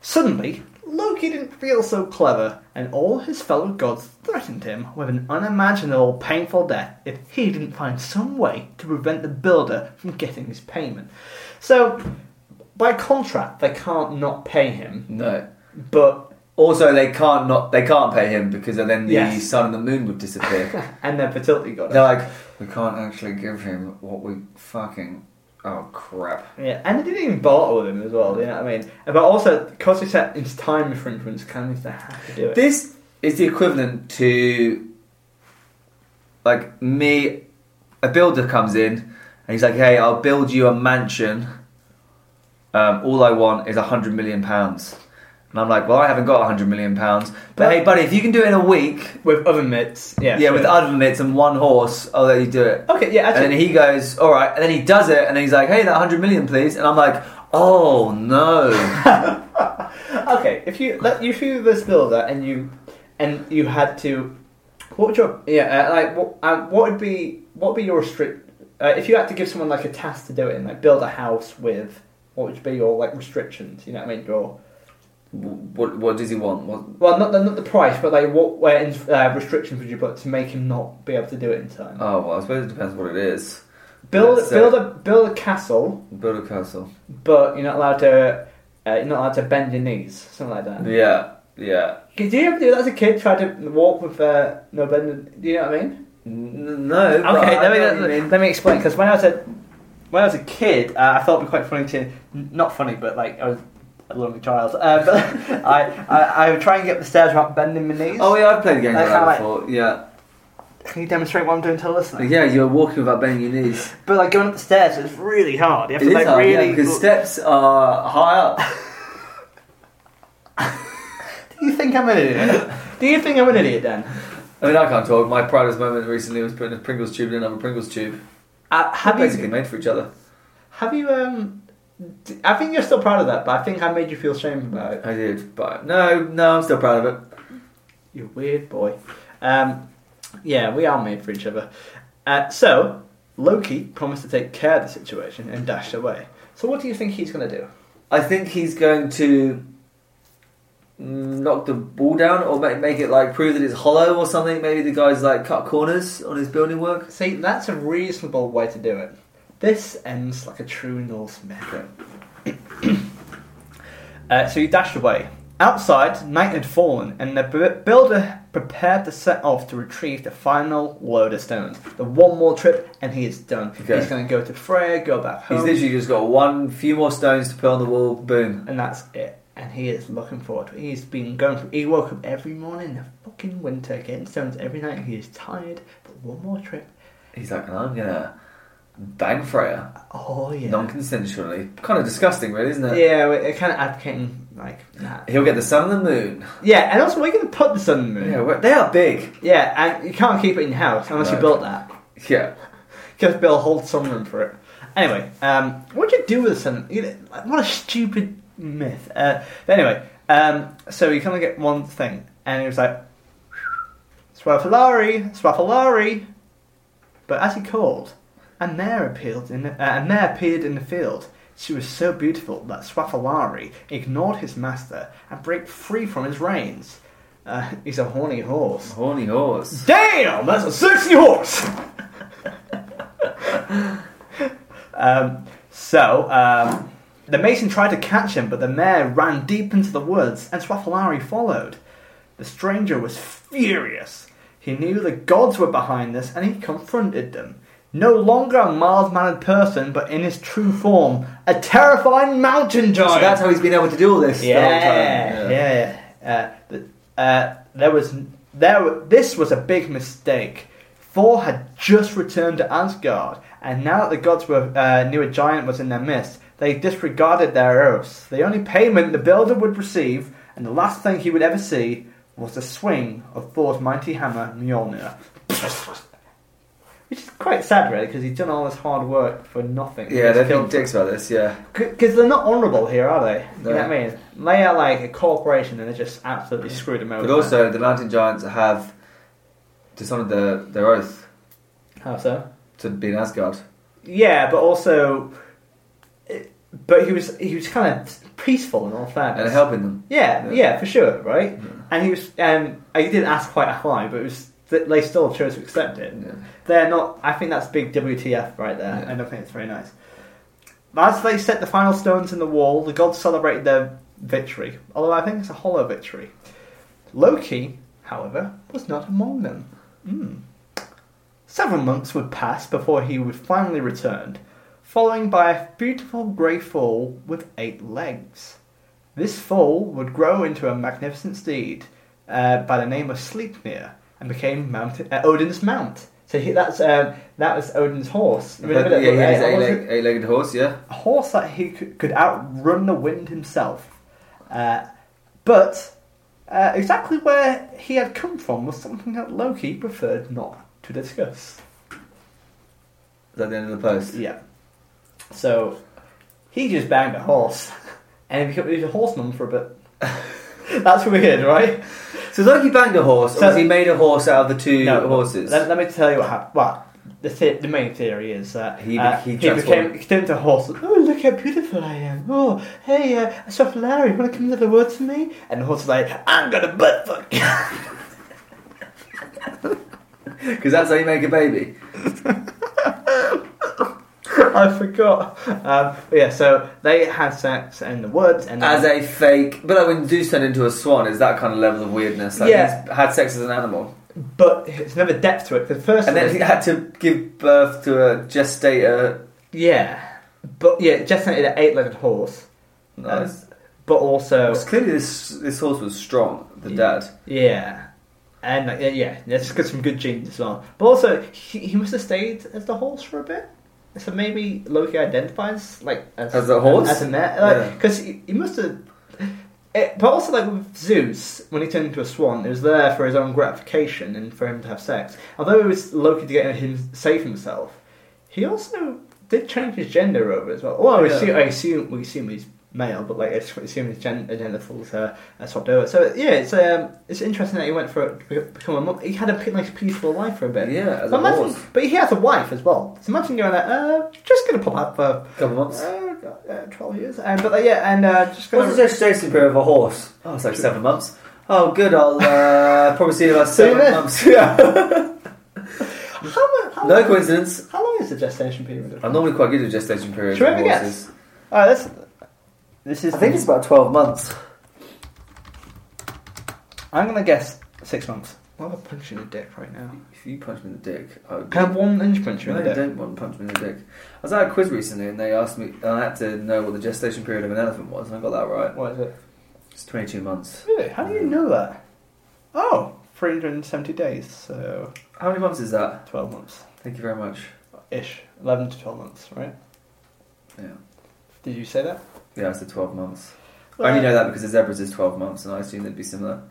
Suddenly, Loki didn't feel so clever, and all his fellow gods threatened him with an unimaginable painful death if he didn't find some way to prevent the builder from getting his payment. So, by contract, they can't not pay him,
No.
but
Also, they can't not they can't pay him because then the
Yes.
sun and the moon would
[laughs]
disappear.
and their fertility god.
They're like, we can't actually give him what we fucking. Oh crap!
Yeah, and they didn't even barter with him as well. You know what I mean? But also, because it's, at- it's time infringements, kind of they have to do it.
This is the equivalent to like me. A builder comes in and he's like, "Hey, I'll build you a mansion. Um, all I want is a hundred million pounds." And I'm like, "Well, I haven't got a hundred million pounds, but,
But-
hey, buddy, if you can do it in a week,
With other mitts, yeah.
yeah, with oven mitts and one horse, I'll let you do it."
Okay, yeah, actually.
And then he goes, all right. And then he does it, and then he's like, hey, that 100 million, please. And I'm like, oh no.
[laughs] Okay, if you let you threw this builder and you and you had to, what would your yeah uh, like what um, what would be what would be your restrict uh, if you had to give someone like a task to do it and like build a house with what would be your like restrictions? You know what I mean? Your
what, what does he want? What,
well, not the, not the price, but like what where in, uh, restrictions would you put to make him not be able to do it in time?
oh, well, I suppose it depends what it is.
build
so-
build a build a castle,
Build a castle.
but you're not allowed to. Uh, you're not allowed to bend your knees, something like that.
Yeah, yeah.
Did you ever do that as a kid? Try to walk with uh, no bend. Do you know what I mean?
N- No. but
Okay,
I
let me,
know what you
let,
mean.
let me explain. Because when I was a when I was a kid, uh, I thought it'd be quite funny to n- not funny, but like I was a lonely child. Uh, but [laughs] I, I I would try and get up the stairs without bending my knees.
Oh yeah, I've played games like
Like
that
how, like-
before. Yeah,
Can you demonstrate what I'm doing to the listener?
yeah. You're walking without bending your knees.
But like going up the stairs is really hard. You have
It
to
is
like
hard, yeah,
really.
because steps are high up. [laughs]
Do you think I'm an idiot? [laughs] Do you think I'm an idiot then?
I mean, I can't talk. My proudest moment recently was putting a Pringles tube in another Pringles tube.
Uh, have
Basically
you
made for each other.
have you um? d- I think you're still proud of that, but I think I made you feel shame about it.
I did, but no, no, I'm still proud of it.
You weird boy. Um, yeah, we are made for each other. Uh, so, Loki promised to take care of the situation and dashed away. So, what do you think he's going to do?
I think he's going to knock the ball down or make, make it like prove that it's hollow or something. Maybe the guy's like cut corners on his building work.
See, that's a reasonable way to do it. This ends like a true Norse method. [clears throat] uh, so, he dashed away. Outside, night had fallen, and the bu- builder prepared to set off to retrieve the final load of stones. The one more trip, and he is done.
Okay.
He's going to go to Freya, go back home.
He's literally just got one few more stones to put on the wall. Boom.
and that's it. And he is looking forward to it. He's been going through. He woke up every morning in the fucking winter, getting stones every night. He is tired, but one more trip.
He's like, "And I'm gonna bang Freya
Oh yeah,
non-consensually. Kind of disgusting, really, isn't it?
yeah. we- It kind of advocating like that.
He'll get the sun and the moon.
Yeah, and also we're gonna put the sun and the moon.
Yeah,
Yeah,
well, they are big.
and you can't keep it in house unless
No.
you built that.
Yeah.
Because Bill holds some room for it. Anyway, um, what do you do with the sun? You know, like, what a stupid myth. Uh, but anyway, um, so you kind of get one thing, and it was like, it's Swaffalari, Swaffalari. But as he called, a mare appeared in uh, a mare appeared in the field. She was so beautiful that Swaffalari ignored his master and broke free from his reins. Uh, he's a horny horse.
Horny horse.
Damn, that's a sexy horse. um, so um, the mason tried to catch him, but the mare ran deep into the woods, and Swaffalari followed. The stranger was furious. He knew the gods were behind this, and he confronted them. No longer a mild-mannered person, but in his true form, a terrifying mountain giant.
So that's how he's been able to do all this. the whole
Yeah,
time.
yeah. Uh, th- uh, there was there. w- This was a big mistake. Thor had just returned to Asgard, and now that the gods were uh, knew a giant was in their midst, they disregarded their oaths. The only payment the builder would receive, and the last thing he would ever see, was the swing of Thor's mighty hammer Mjolnir. Which is quite sad, really, because he's done all this hard work for nothing.
Yeah,
He's
they're
killed
big dicks about this, yeah.
because they're not honourable here, are they? You know
No.
what I mean? They are like a corporation and they just absolutely screwed them over.
But also, the mountain giants have dishonoured their, their oath
how so?
to be in Asgard.
Yeah, but also, it- but he was he was kind of peaceful in all
And
fairness.
helping them.
yeah,
Yeah.
yeah, for sure, right?
Yeah.
And he was, um, I didn't ask quite why, but it was th- they still chose to accept it.
Yeah.
They're not. I think that's big WTF right there.
Yeah.
I don't think it's very nice. As they set the final stones in the wall, the gods celebrated their victory. Although I think it's a hollow victory. Loki, however, was not among them. Hmm. Several months would pass before he would finally return, following by a beautiful grey foal with eight legs. This foal would grow into a magnificent steed uh, by the name of Sleipnir and became Mount, uh, Odin's mount. So he, that's um, that was Odin's horse.
Yeah, yeah, he's an eight-leg, eight-legged horse, yeah.
A horse that he could, could outrun the wind himself. Uh, but uh, exactly where he had come from was something that Loki preferred not to discuss.
Is that the end of the post?
Yeah. So he just banged a horse, and he became he was a horseman for a bit. That's weird, right?
So Loki banged a horse,
So-
or was he made a horse out of the two horses?
Let, let me tell you what happened. Well, the, the the main theory is that
He be-
uh,
he
he,
transformed.
became he turned to a horse. and, Oh, look how beautiful I am! Oh, hey, uh, Chef Larry, want to come to the word to me? And the horse is like, I'm gonna butt fuck. [laughs] you."
Because that's how you make a baby.
I forgot. Um, but yeah, so they had sex in the woods, and
As a fake, but like when you do turn into a swan, is that kind of level of weirdness? Like
Yeah.
he's had sex as an animal,
but it's never depth to it. 'cause The first
and then
one is-
he had to give birth to a gestator.
Yeah, but yeah, it gestated an eight-legged horse, uh,
Nice.
but also
Because clearly this this horse was strong. The
Yeah.
dad.
yeah, and like, yeah, yeah, it's got some good genes as well. But also, he, he must have stayed as the horse for a bit. So maybe Loki identifies like
As a horse?
as a man,
Yeah.
because he, he must have. It, but also, like with Zeus, when he turned into a swan, it was there for his own gratification and for him to have sex. Although it was Loki to get him save himself, he also did change his gender over as well. Well, I
Yeah.
assume, I assume we assume he's male, but like I s- assume his gen- gender falls uh, uh, swapped over. So yeah, it's um, it's interesting that he went for a, become a monk. He had a pe- nice peaceful life for a bit.
Yeah, as
but
a
imagine,
horse.
but he has a wife as well. So imagine going like, uh, just gonna pop out for
Couple months.
uh, uh, twelve years, and but uh, yeah, and uh, just gonna.
What's the gestation period of a horse? Oh, it's like seven months. Oh, good. I'll uh, [laughs] probably see you in about
See you
seven
then.
months. [laughs] Yeah.
how, mu-
no
how,
Um,
long,
coincidence.
how long is the gestation period?
I'm normally quite good at gestation periods.
Should we
with
have a guess?
horses.
Oh, that's. This is.
I think it's about twelve months.
I'm gonna guess six months. Well, I'm punching the dick right now.
If you punch me in the dick, I would be
Can I have one inch punch in
No,
the
you
dick?
don't want to punch me in the dick. I was at a quiz recently and they asked me, and I had to know what the gestation period of an elephant was, and I got that right.
What is it?
It's 22 months.
Really? How do you know that? Oh, 370 days, so
How many months is that?
12 months
Thank you very much.
ish. 11 to 12 months, right?
Yeah.
Did you say that?
Yeah, I said 12 months. I only know that because the zebras is 12 months, and I assume they'd be similar.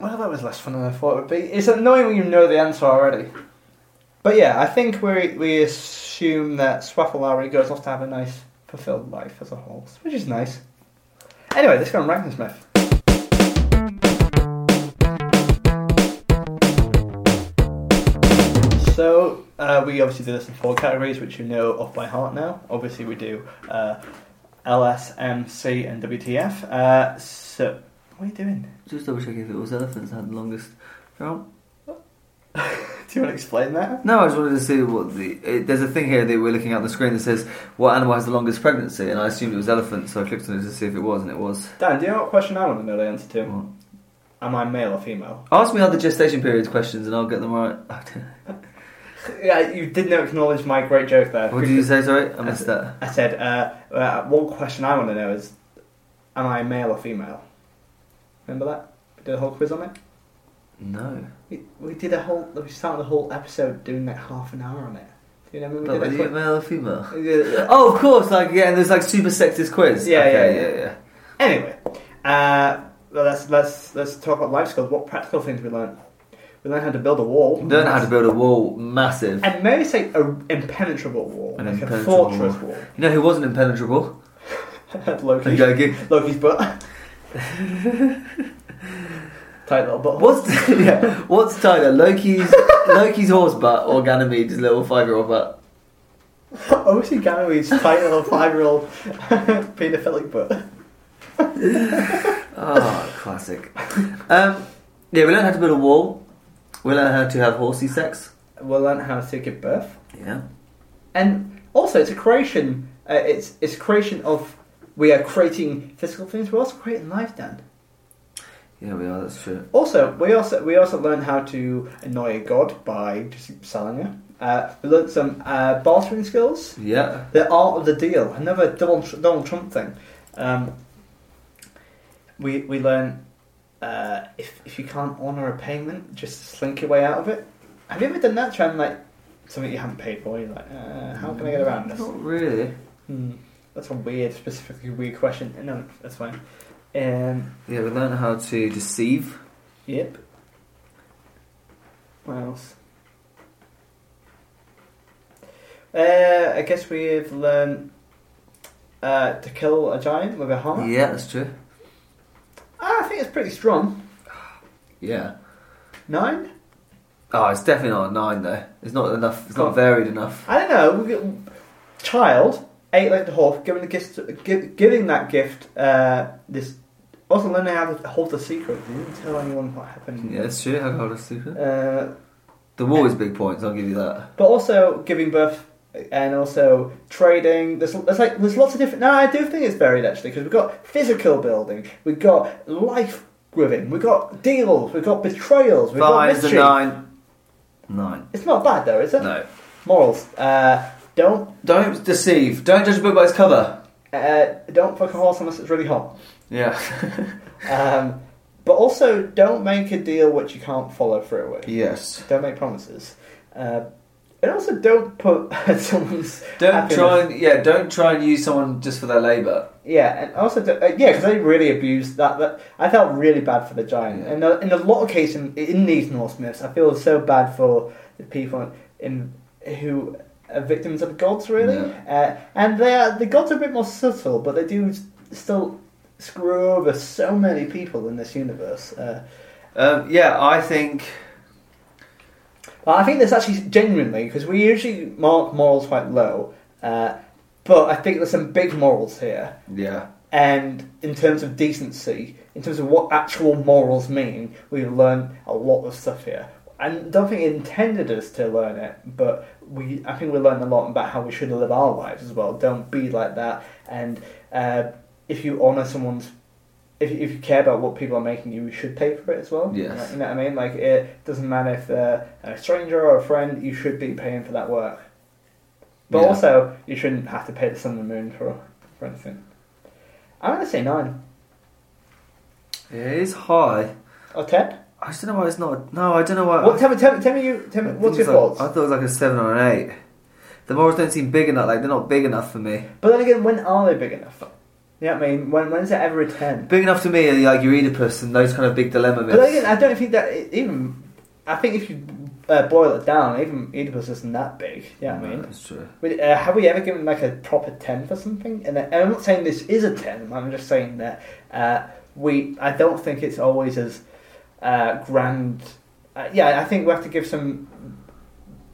Well, that was less fun than I thought it would be. It's annoying when you know the answer already. But yeah, I think we we assume that Swaffalari goes off to have a nice, fulfilled life as a horse, which is nice. Anyway, let's go on Rankin Smith. So uh, we obviously do this in four categories, which you know off by heart now. Obviously, we do uh, LS, MC, and WTF. Uh, so what are you doing?
Just double checking if it was elephants that had the longest drought.
[laughs] Do you want to explain that?
No, I just wanted to see what the. It, there's a thing here that we're looking at the screen that says what animal has the longest pregnancy, and I assumed it was elephant, so I clicked on it to see if it was, and it was.
Dan, do you know what question I want to know the answer to?
What?
Am I male or female?
Ask me other gestation periods questions, and I'll get them right. [laughs] I don't know.
[laughs] Yeah, you didn't acknowledge my great joke there.
What did you say? Sorry, I missed that.
I said uh, uh, one question I want to know is, am I male or female? Remember that? We did a whole quiz on it.
No.
We, we did a whole. We started the whole episode doing like half an hour on it. Do you know what I
But
mean?
whether
We
you're
did a
male or female?
quiz- we did-
Oh, of course. Like yeah, and there's like super sexist quiz.
Yeah,
Okay,
yeah, yeah.
yeah, yeah.
Anyway, uh, well, let's let's let's talk about life skills. What practical things we learned? We learned how to build a wall.
Don't know how to build a wall. Massive.
And may I say, an impenetrable wall,
An
like
impenetrable
a fortress wall. [laughs]
You know who wasn't impenetrable?
Loki.
Yogi.
Loki's [laughs] butt. Tight little butt. [laughs]
What's [laughs] yeah, what's tighter, Loki's Loki's horse butt or Ganymede's little five year old butt?
OC Ganoi's tight little five-year-old [laughs] pedophilic butt.
Oh, classic. Um, yeah, we learned how to build a wall. We learned how to have horsey sex.
We'll learn how to give birth,
Yeah.
and also it's a creation. Uh, it's it's creation of. We are creating physical things. We're also creating life, Dan.
Yeah, we are. That's true.
Also, we also we also learned how to annoy a god by just selling her. Uh, we learned some uh, bartering skills,
Yeah.
the art of the deal, another Donald, Tr- Donald Trump thing. Um, we we learned uh, if if you can't honour a payment, just slink your way out of it. Have you ever done that? Trying like something you haven't paid for, you're like, uh, how can I get around this?
Not really.
Hmm. That's a weird, specifically weird question. No, that's fine. Um,
Yeah, we learned how to deceive.
Yep. What else? Uh, I guess we've learned uh, to kill a giant with a hammer.
Yeah, that's true.
Ah, I think it's pretty strong.
Yeah.
Nine?
Oh, it's definitely not a nine though. It's not enough. It's not varied enough.
I don't know. We get- Child ate like the horse, giving the gift, to- gi- giving that gift. Uh, this also learning how to hold the secret. They didn't tell anyone what happened.
Yeah, it's true. How cold is super?
Uh,
The wall is big points. I'll give you that.
but also giving birth and also trading. There's, there's like there's lots of different. No, I do think it's varied actually because we've got physical building, we've got life giving, we've got deals, we've got betrayals, we've got
Five is a
mischief.
nine. Nine.
It's not bad though, is it?
No.
Morals. Uh, don't
Don't deceive. Don't judge a book by its cover.
uh, don't fuck a horse unless it's really hot.
Yeah. [laughs]
Um, but also don't make a deal which you can't follow through with.
yes.
Don't make promises. Uh, and also don't put [laughs] someone's
Don't
happiness-
try and yeah. Don't try and use someone just for their labour.
Yeah, and also the, uh, yeah, because they really abused that, that. I felt really bad for the giant,
Yeah.
and uh, in a lot of cases in, in these Norse myths, I feel so bad for the people in who are victims of gods, really. Uh, and they are the gods are a bit more subtle, but they do s- still screw over so many people in this universe. Uh,
Um, yeah, I think.
Well, I think that's actually genuinely because we usually mark morals quite low, uh, but I think there's some big morals here.
Yeah.
And in terms of decency, in terms of what actual morals mean, we've learned a lot of stuff here. And I don't think it intended us to learn it, but we I think we learned a lot about how we should live our lives as well. Don't be like that. And uh, if you honour someone's, if, if you care about what people are making you, you should pay for it as well.
Yes.
Like, you know what I mean? Like it doesn't matter if they're a stranger or a friend, you should be paying for that work. But
Yeah.
also, you shouldn't have to pay the sun and the moon for, for anything. I'm going to say 9.
It is high.
Or 10?
I just don't know why it's not. No, I don't know why.
What, tell, me, tell, me, tell me, you, tell
Uh, I
me
think
what's your
it's like-
thoughts?
I thought it was like a seven or an eight. The morals don't seem big enough. Like they're not big enough for me.
But then again, when are they big enough? You know what I mean? When, when is it ever a 10?
Big enough to me are like your Oedipus and those kind of big dilemma
But then again,
myths.
I don't think that it even. I think if you uh, boil it down, even Oedipus isn't that big. You know what I mean?
that's true.
Wait, Uh, have we ever given like a proper ten for something? And, I- and I'm not saying this is a ten. I'm just saying that uh, we. I don't think it's always as uh, grand. Uh, yeah, I think we have to give some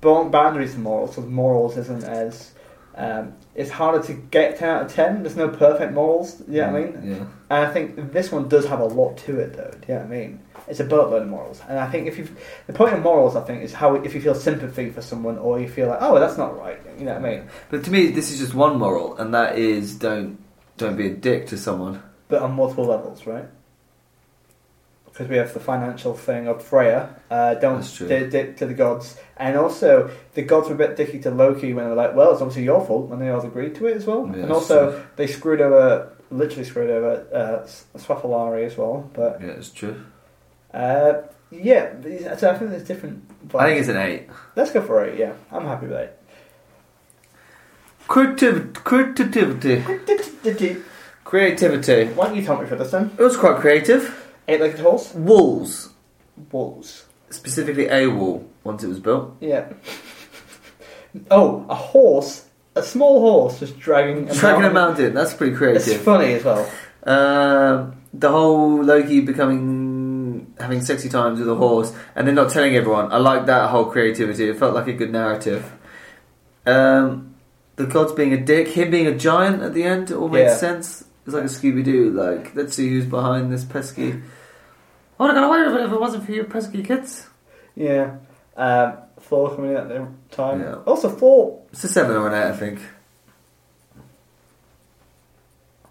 bo- boundaries to morals. Because morals isn't as um, it's harder to get ten out of ten. There's no perfect morals. You know what I mean?
Yeah.
And I think this one does have a lot to it, though. Do you know what I mean? It's a boatload of morals, and I think if you the point of morals, I think, is how if you feel sympathy for someone or you feel like, oh, that's not right. You know what I mean?
But to me, this is just one moral, and that is don't don't be a dick to someone.
But on multiple levels, right? Because we have the financial thing of Freya, uh, don't
That's true.
di- dick to the gods, and also the gods were a bit dicky to Loki when they were like, well, it's obviously your fault, and they all agreed to it as well.
Yeah,
and
that's
also
true.
they screwed over, literally screwed over uh, S- Swafilari as well, but.
Yeah, it's true.
Uh, yeah, these- so I think there's different.
I think it's an eight.
Let's go for eight. Yeah, I'm happy with eight.
Creativ- creativity. Creativity.
[laughs] Why don't you tell me for this then?
It was quite creative.
Eight-legged horse,
Walls,
walls.
specifically a wall, once it was built,
Yeah. Oh, a horse, a small horse, just dragging. A
tracking a
mountain.
mountain. That's pretty
It's
creative.
funny as well.
Um, the whole Loki becoming having sexy times with a horse and then not telling everyone. I like that whole creativity. It felt like a good narrative. Um, the gods being a dick, him being a giant at the end, it all made
Yeah.
sense. It's like a Scooby Doo. Like, let's see who's behind this pesky. Oh I would have got away with it if it wasn't for you pesky kids.
Yeah. Um, Thor coming in at the time.
Yeah.
Also, Thor
It's a seven or an eight, I think.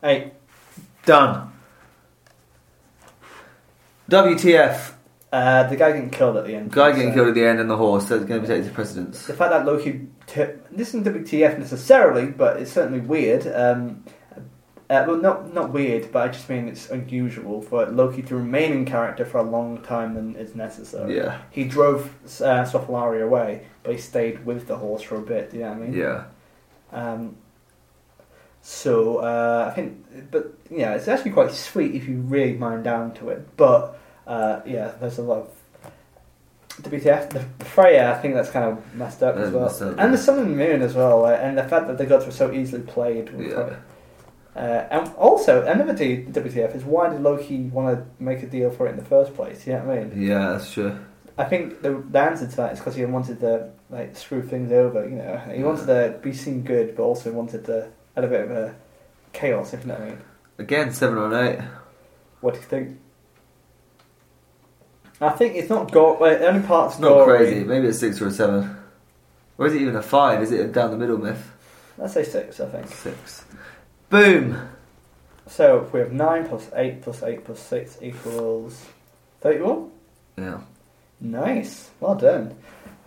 eight.
Done. WTF?
Uh, the guy getting killed at the end.
Guy getting
So-
killed at the end and the horse. That's going to be taken to precedence.
The fact that Loki t- this isn't WTF necessarily, but it's certainly weird. Um, uh, well, not not weird, but I just mean it's unusual for Loki to remain in character for a longer time than is necessary.
Yeah.
He drove uh, Sofalari away, but he stayed with the horse for a bit. Do you know what I mean?
Yeah.
Um, so uh, I think, but yeah, it's actually quite sweet if you really mind down to it. But uh, yeah, there's a lot of WTF. The the Freya, I think that's kind of messed up
That's
as well.
messed up, yeah.
and there's some in the moon as well, like, and the fact that the gods were so easily played. was
Yeah.
quite- Uh, and also another D- WTF is why did Loki want to make a deal for it in the first place? You know what I mean?
Yeah, that's true.
I think the, the answer to that is because he wanted to like screw things over. You know, he wanted to be seen good, but also wanted to add a bit of a chaos. If you know what I mean.
Again, seven or an eight.
What do you think? I think it's not gore. Well, the only parts
It's not
gory.
crazy. Maybe a six or a seven. Or is it even a five? Is it a down the middle myth?
Let's say six. I think.
Six. Boom.
So if we have nine plus eight plus eight plus six equals thirty-one.
Yeah.
Nice. Well done.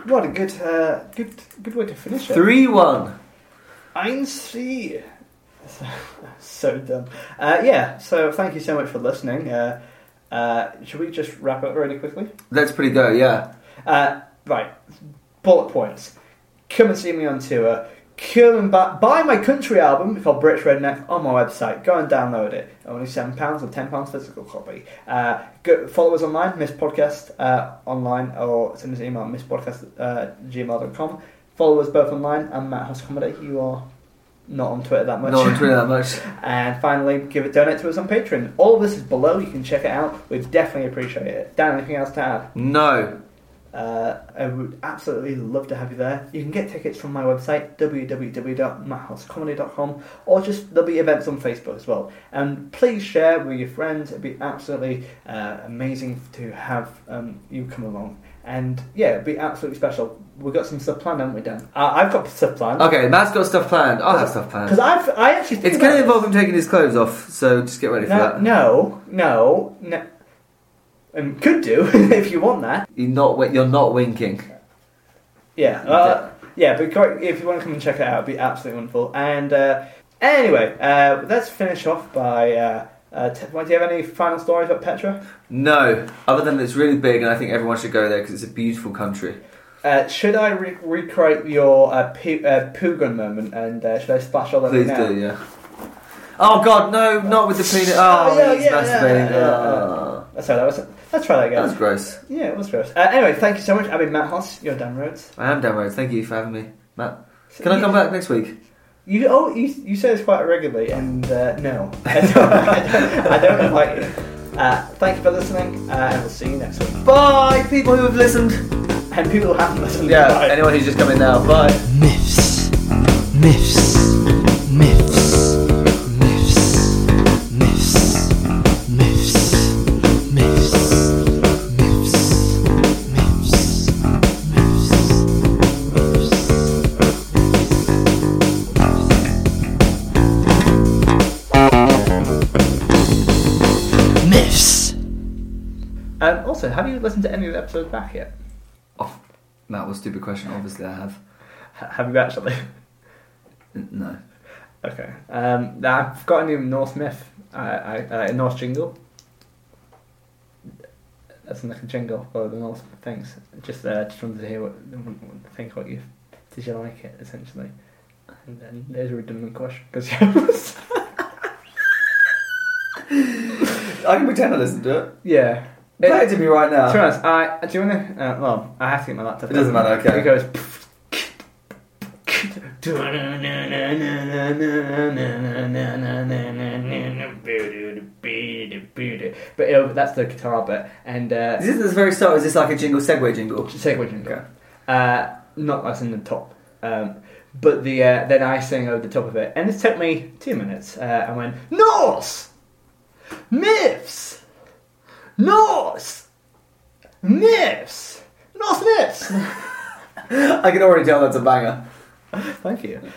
What a good, uh, good, good way to finish it.
Three one.
Eins Three. So, so dumb. Uh, yeah, so thank you so much for listening. Uh, uh, should we just wrap up really quickly?
Let's pretty go. Yeah.
Uh, right, bullet points. Come and see me on tour. Come and buy, buy my country album called British Redneck on my website. Go and download it. Only £7 or £10 physical copy. Uh, go, follow us online, Miss Podcast uh, online, or send us an email, misspodcast uh, gmail.com. Follow us both online. I'm Matt House Comedy. You are not on Twitter that much.
Not on Twitter that much.
[laughs] And finally, give it donate to us on Patreon. All of this is below. You can check it out. We'd definitely appreciate it. Dan, anything else to add?
No.
Uh, I would absolutely love to have you there. You can get tickets from my website www.matthousecomedy.com or just there'll be events on Facebook as well. And please share with your friends. It'd be absolutely uh, amazing to have um, you come along. And yeah, it'd be absolutely special. We've got some stuff planned, haven't we, Dan? Uh, I've got stuff planned.
Okay. Matt's got stuff planned. I have stuff
Because
planned.
I've I actually think
It's going to
about
involve him taking his clothes off, so just get ready for
No,
that.
no, no, no. Um, could do [laughs] if you want that.
You're not. wi- You're not winking.
Yeah, uh, yeah. But quite, if you want to come and check it out, it'd be absolutely wonderful. And uh, anyway, uh, let's finish off by. Uh, uh, t- do you have any final stories about Petra?
No. Other than it's really big, and I think everyone should go there because it's a beautiful country.
Uh, should I re- recreate your uh, poo, uh, poo gun moment and uh, should I splash all over
Please
now?
do, yeah. Oh god, no, not with the peanut. Oh,
Oh, yeah,
it's
yeah,
masturbating.
yeah, yeah,
Oh,
That's how that was. Let's try that
that
again.
was gross.
yeah, it was gross. Uh, anyway, thank you so much. I've been Matt Hoss. You're Dan Rhodes.
I am downright. Thank you for having me, Matt.
So
Can I
you-
come back next week?
You oh you, you say this quite regularly, and uh, no, [laughs] I don't, I don't invite you. Uh, thank you for listening, uh, and we'll see you next week.
Bye, people who have listened.
and people have listened.
Yeah,
Bye.
anyone who's just coming now, bye.
Myths, myths, myths, myths, myths, myths, myths, myths, myths, myths. Myths.
Um, also, have you listened to any of the episodes back yet? [laughs]
Oh, that was a stupid question. Obviously, I have.
H- have you actually?
N- No.
okay. Um, now, I've got a new Norse myth, uh, uh, Norse jingle. That's like a jingle for the Norse things. Just uh, just wanted to hear what think what you did you like it essentially. And then there's a redundant question because
[laughs] I can pretend I listened to it.
[laughs] yeah. It-
Play it to me right now.
To be honest, I do you want to? Uh, well, I have to get my laptop.
It doesn't matter, okay.
It goes. [laughs] But it'll, that's the guitar bit, and uh,
Is this the very start? Is this like a jingle segue jingle? [laughs]
segue jingle.
Okay.
Uh, not that's in the top, um, but the uh, then I sing over the top of it, and this took me two minutes. Uh, I went Norse myths, Norse myths, [laughs] Norse myths.
I can already tell that's a banger.
Thank you.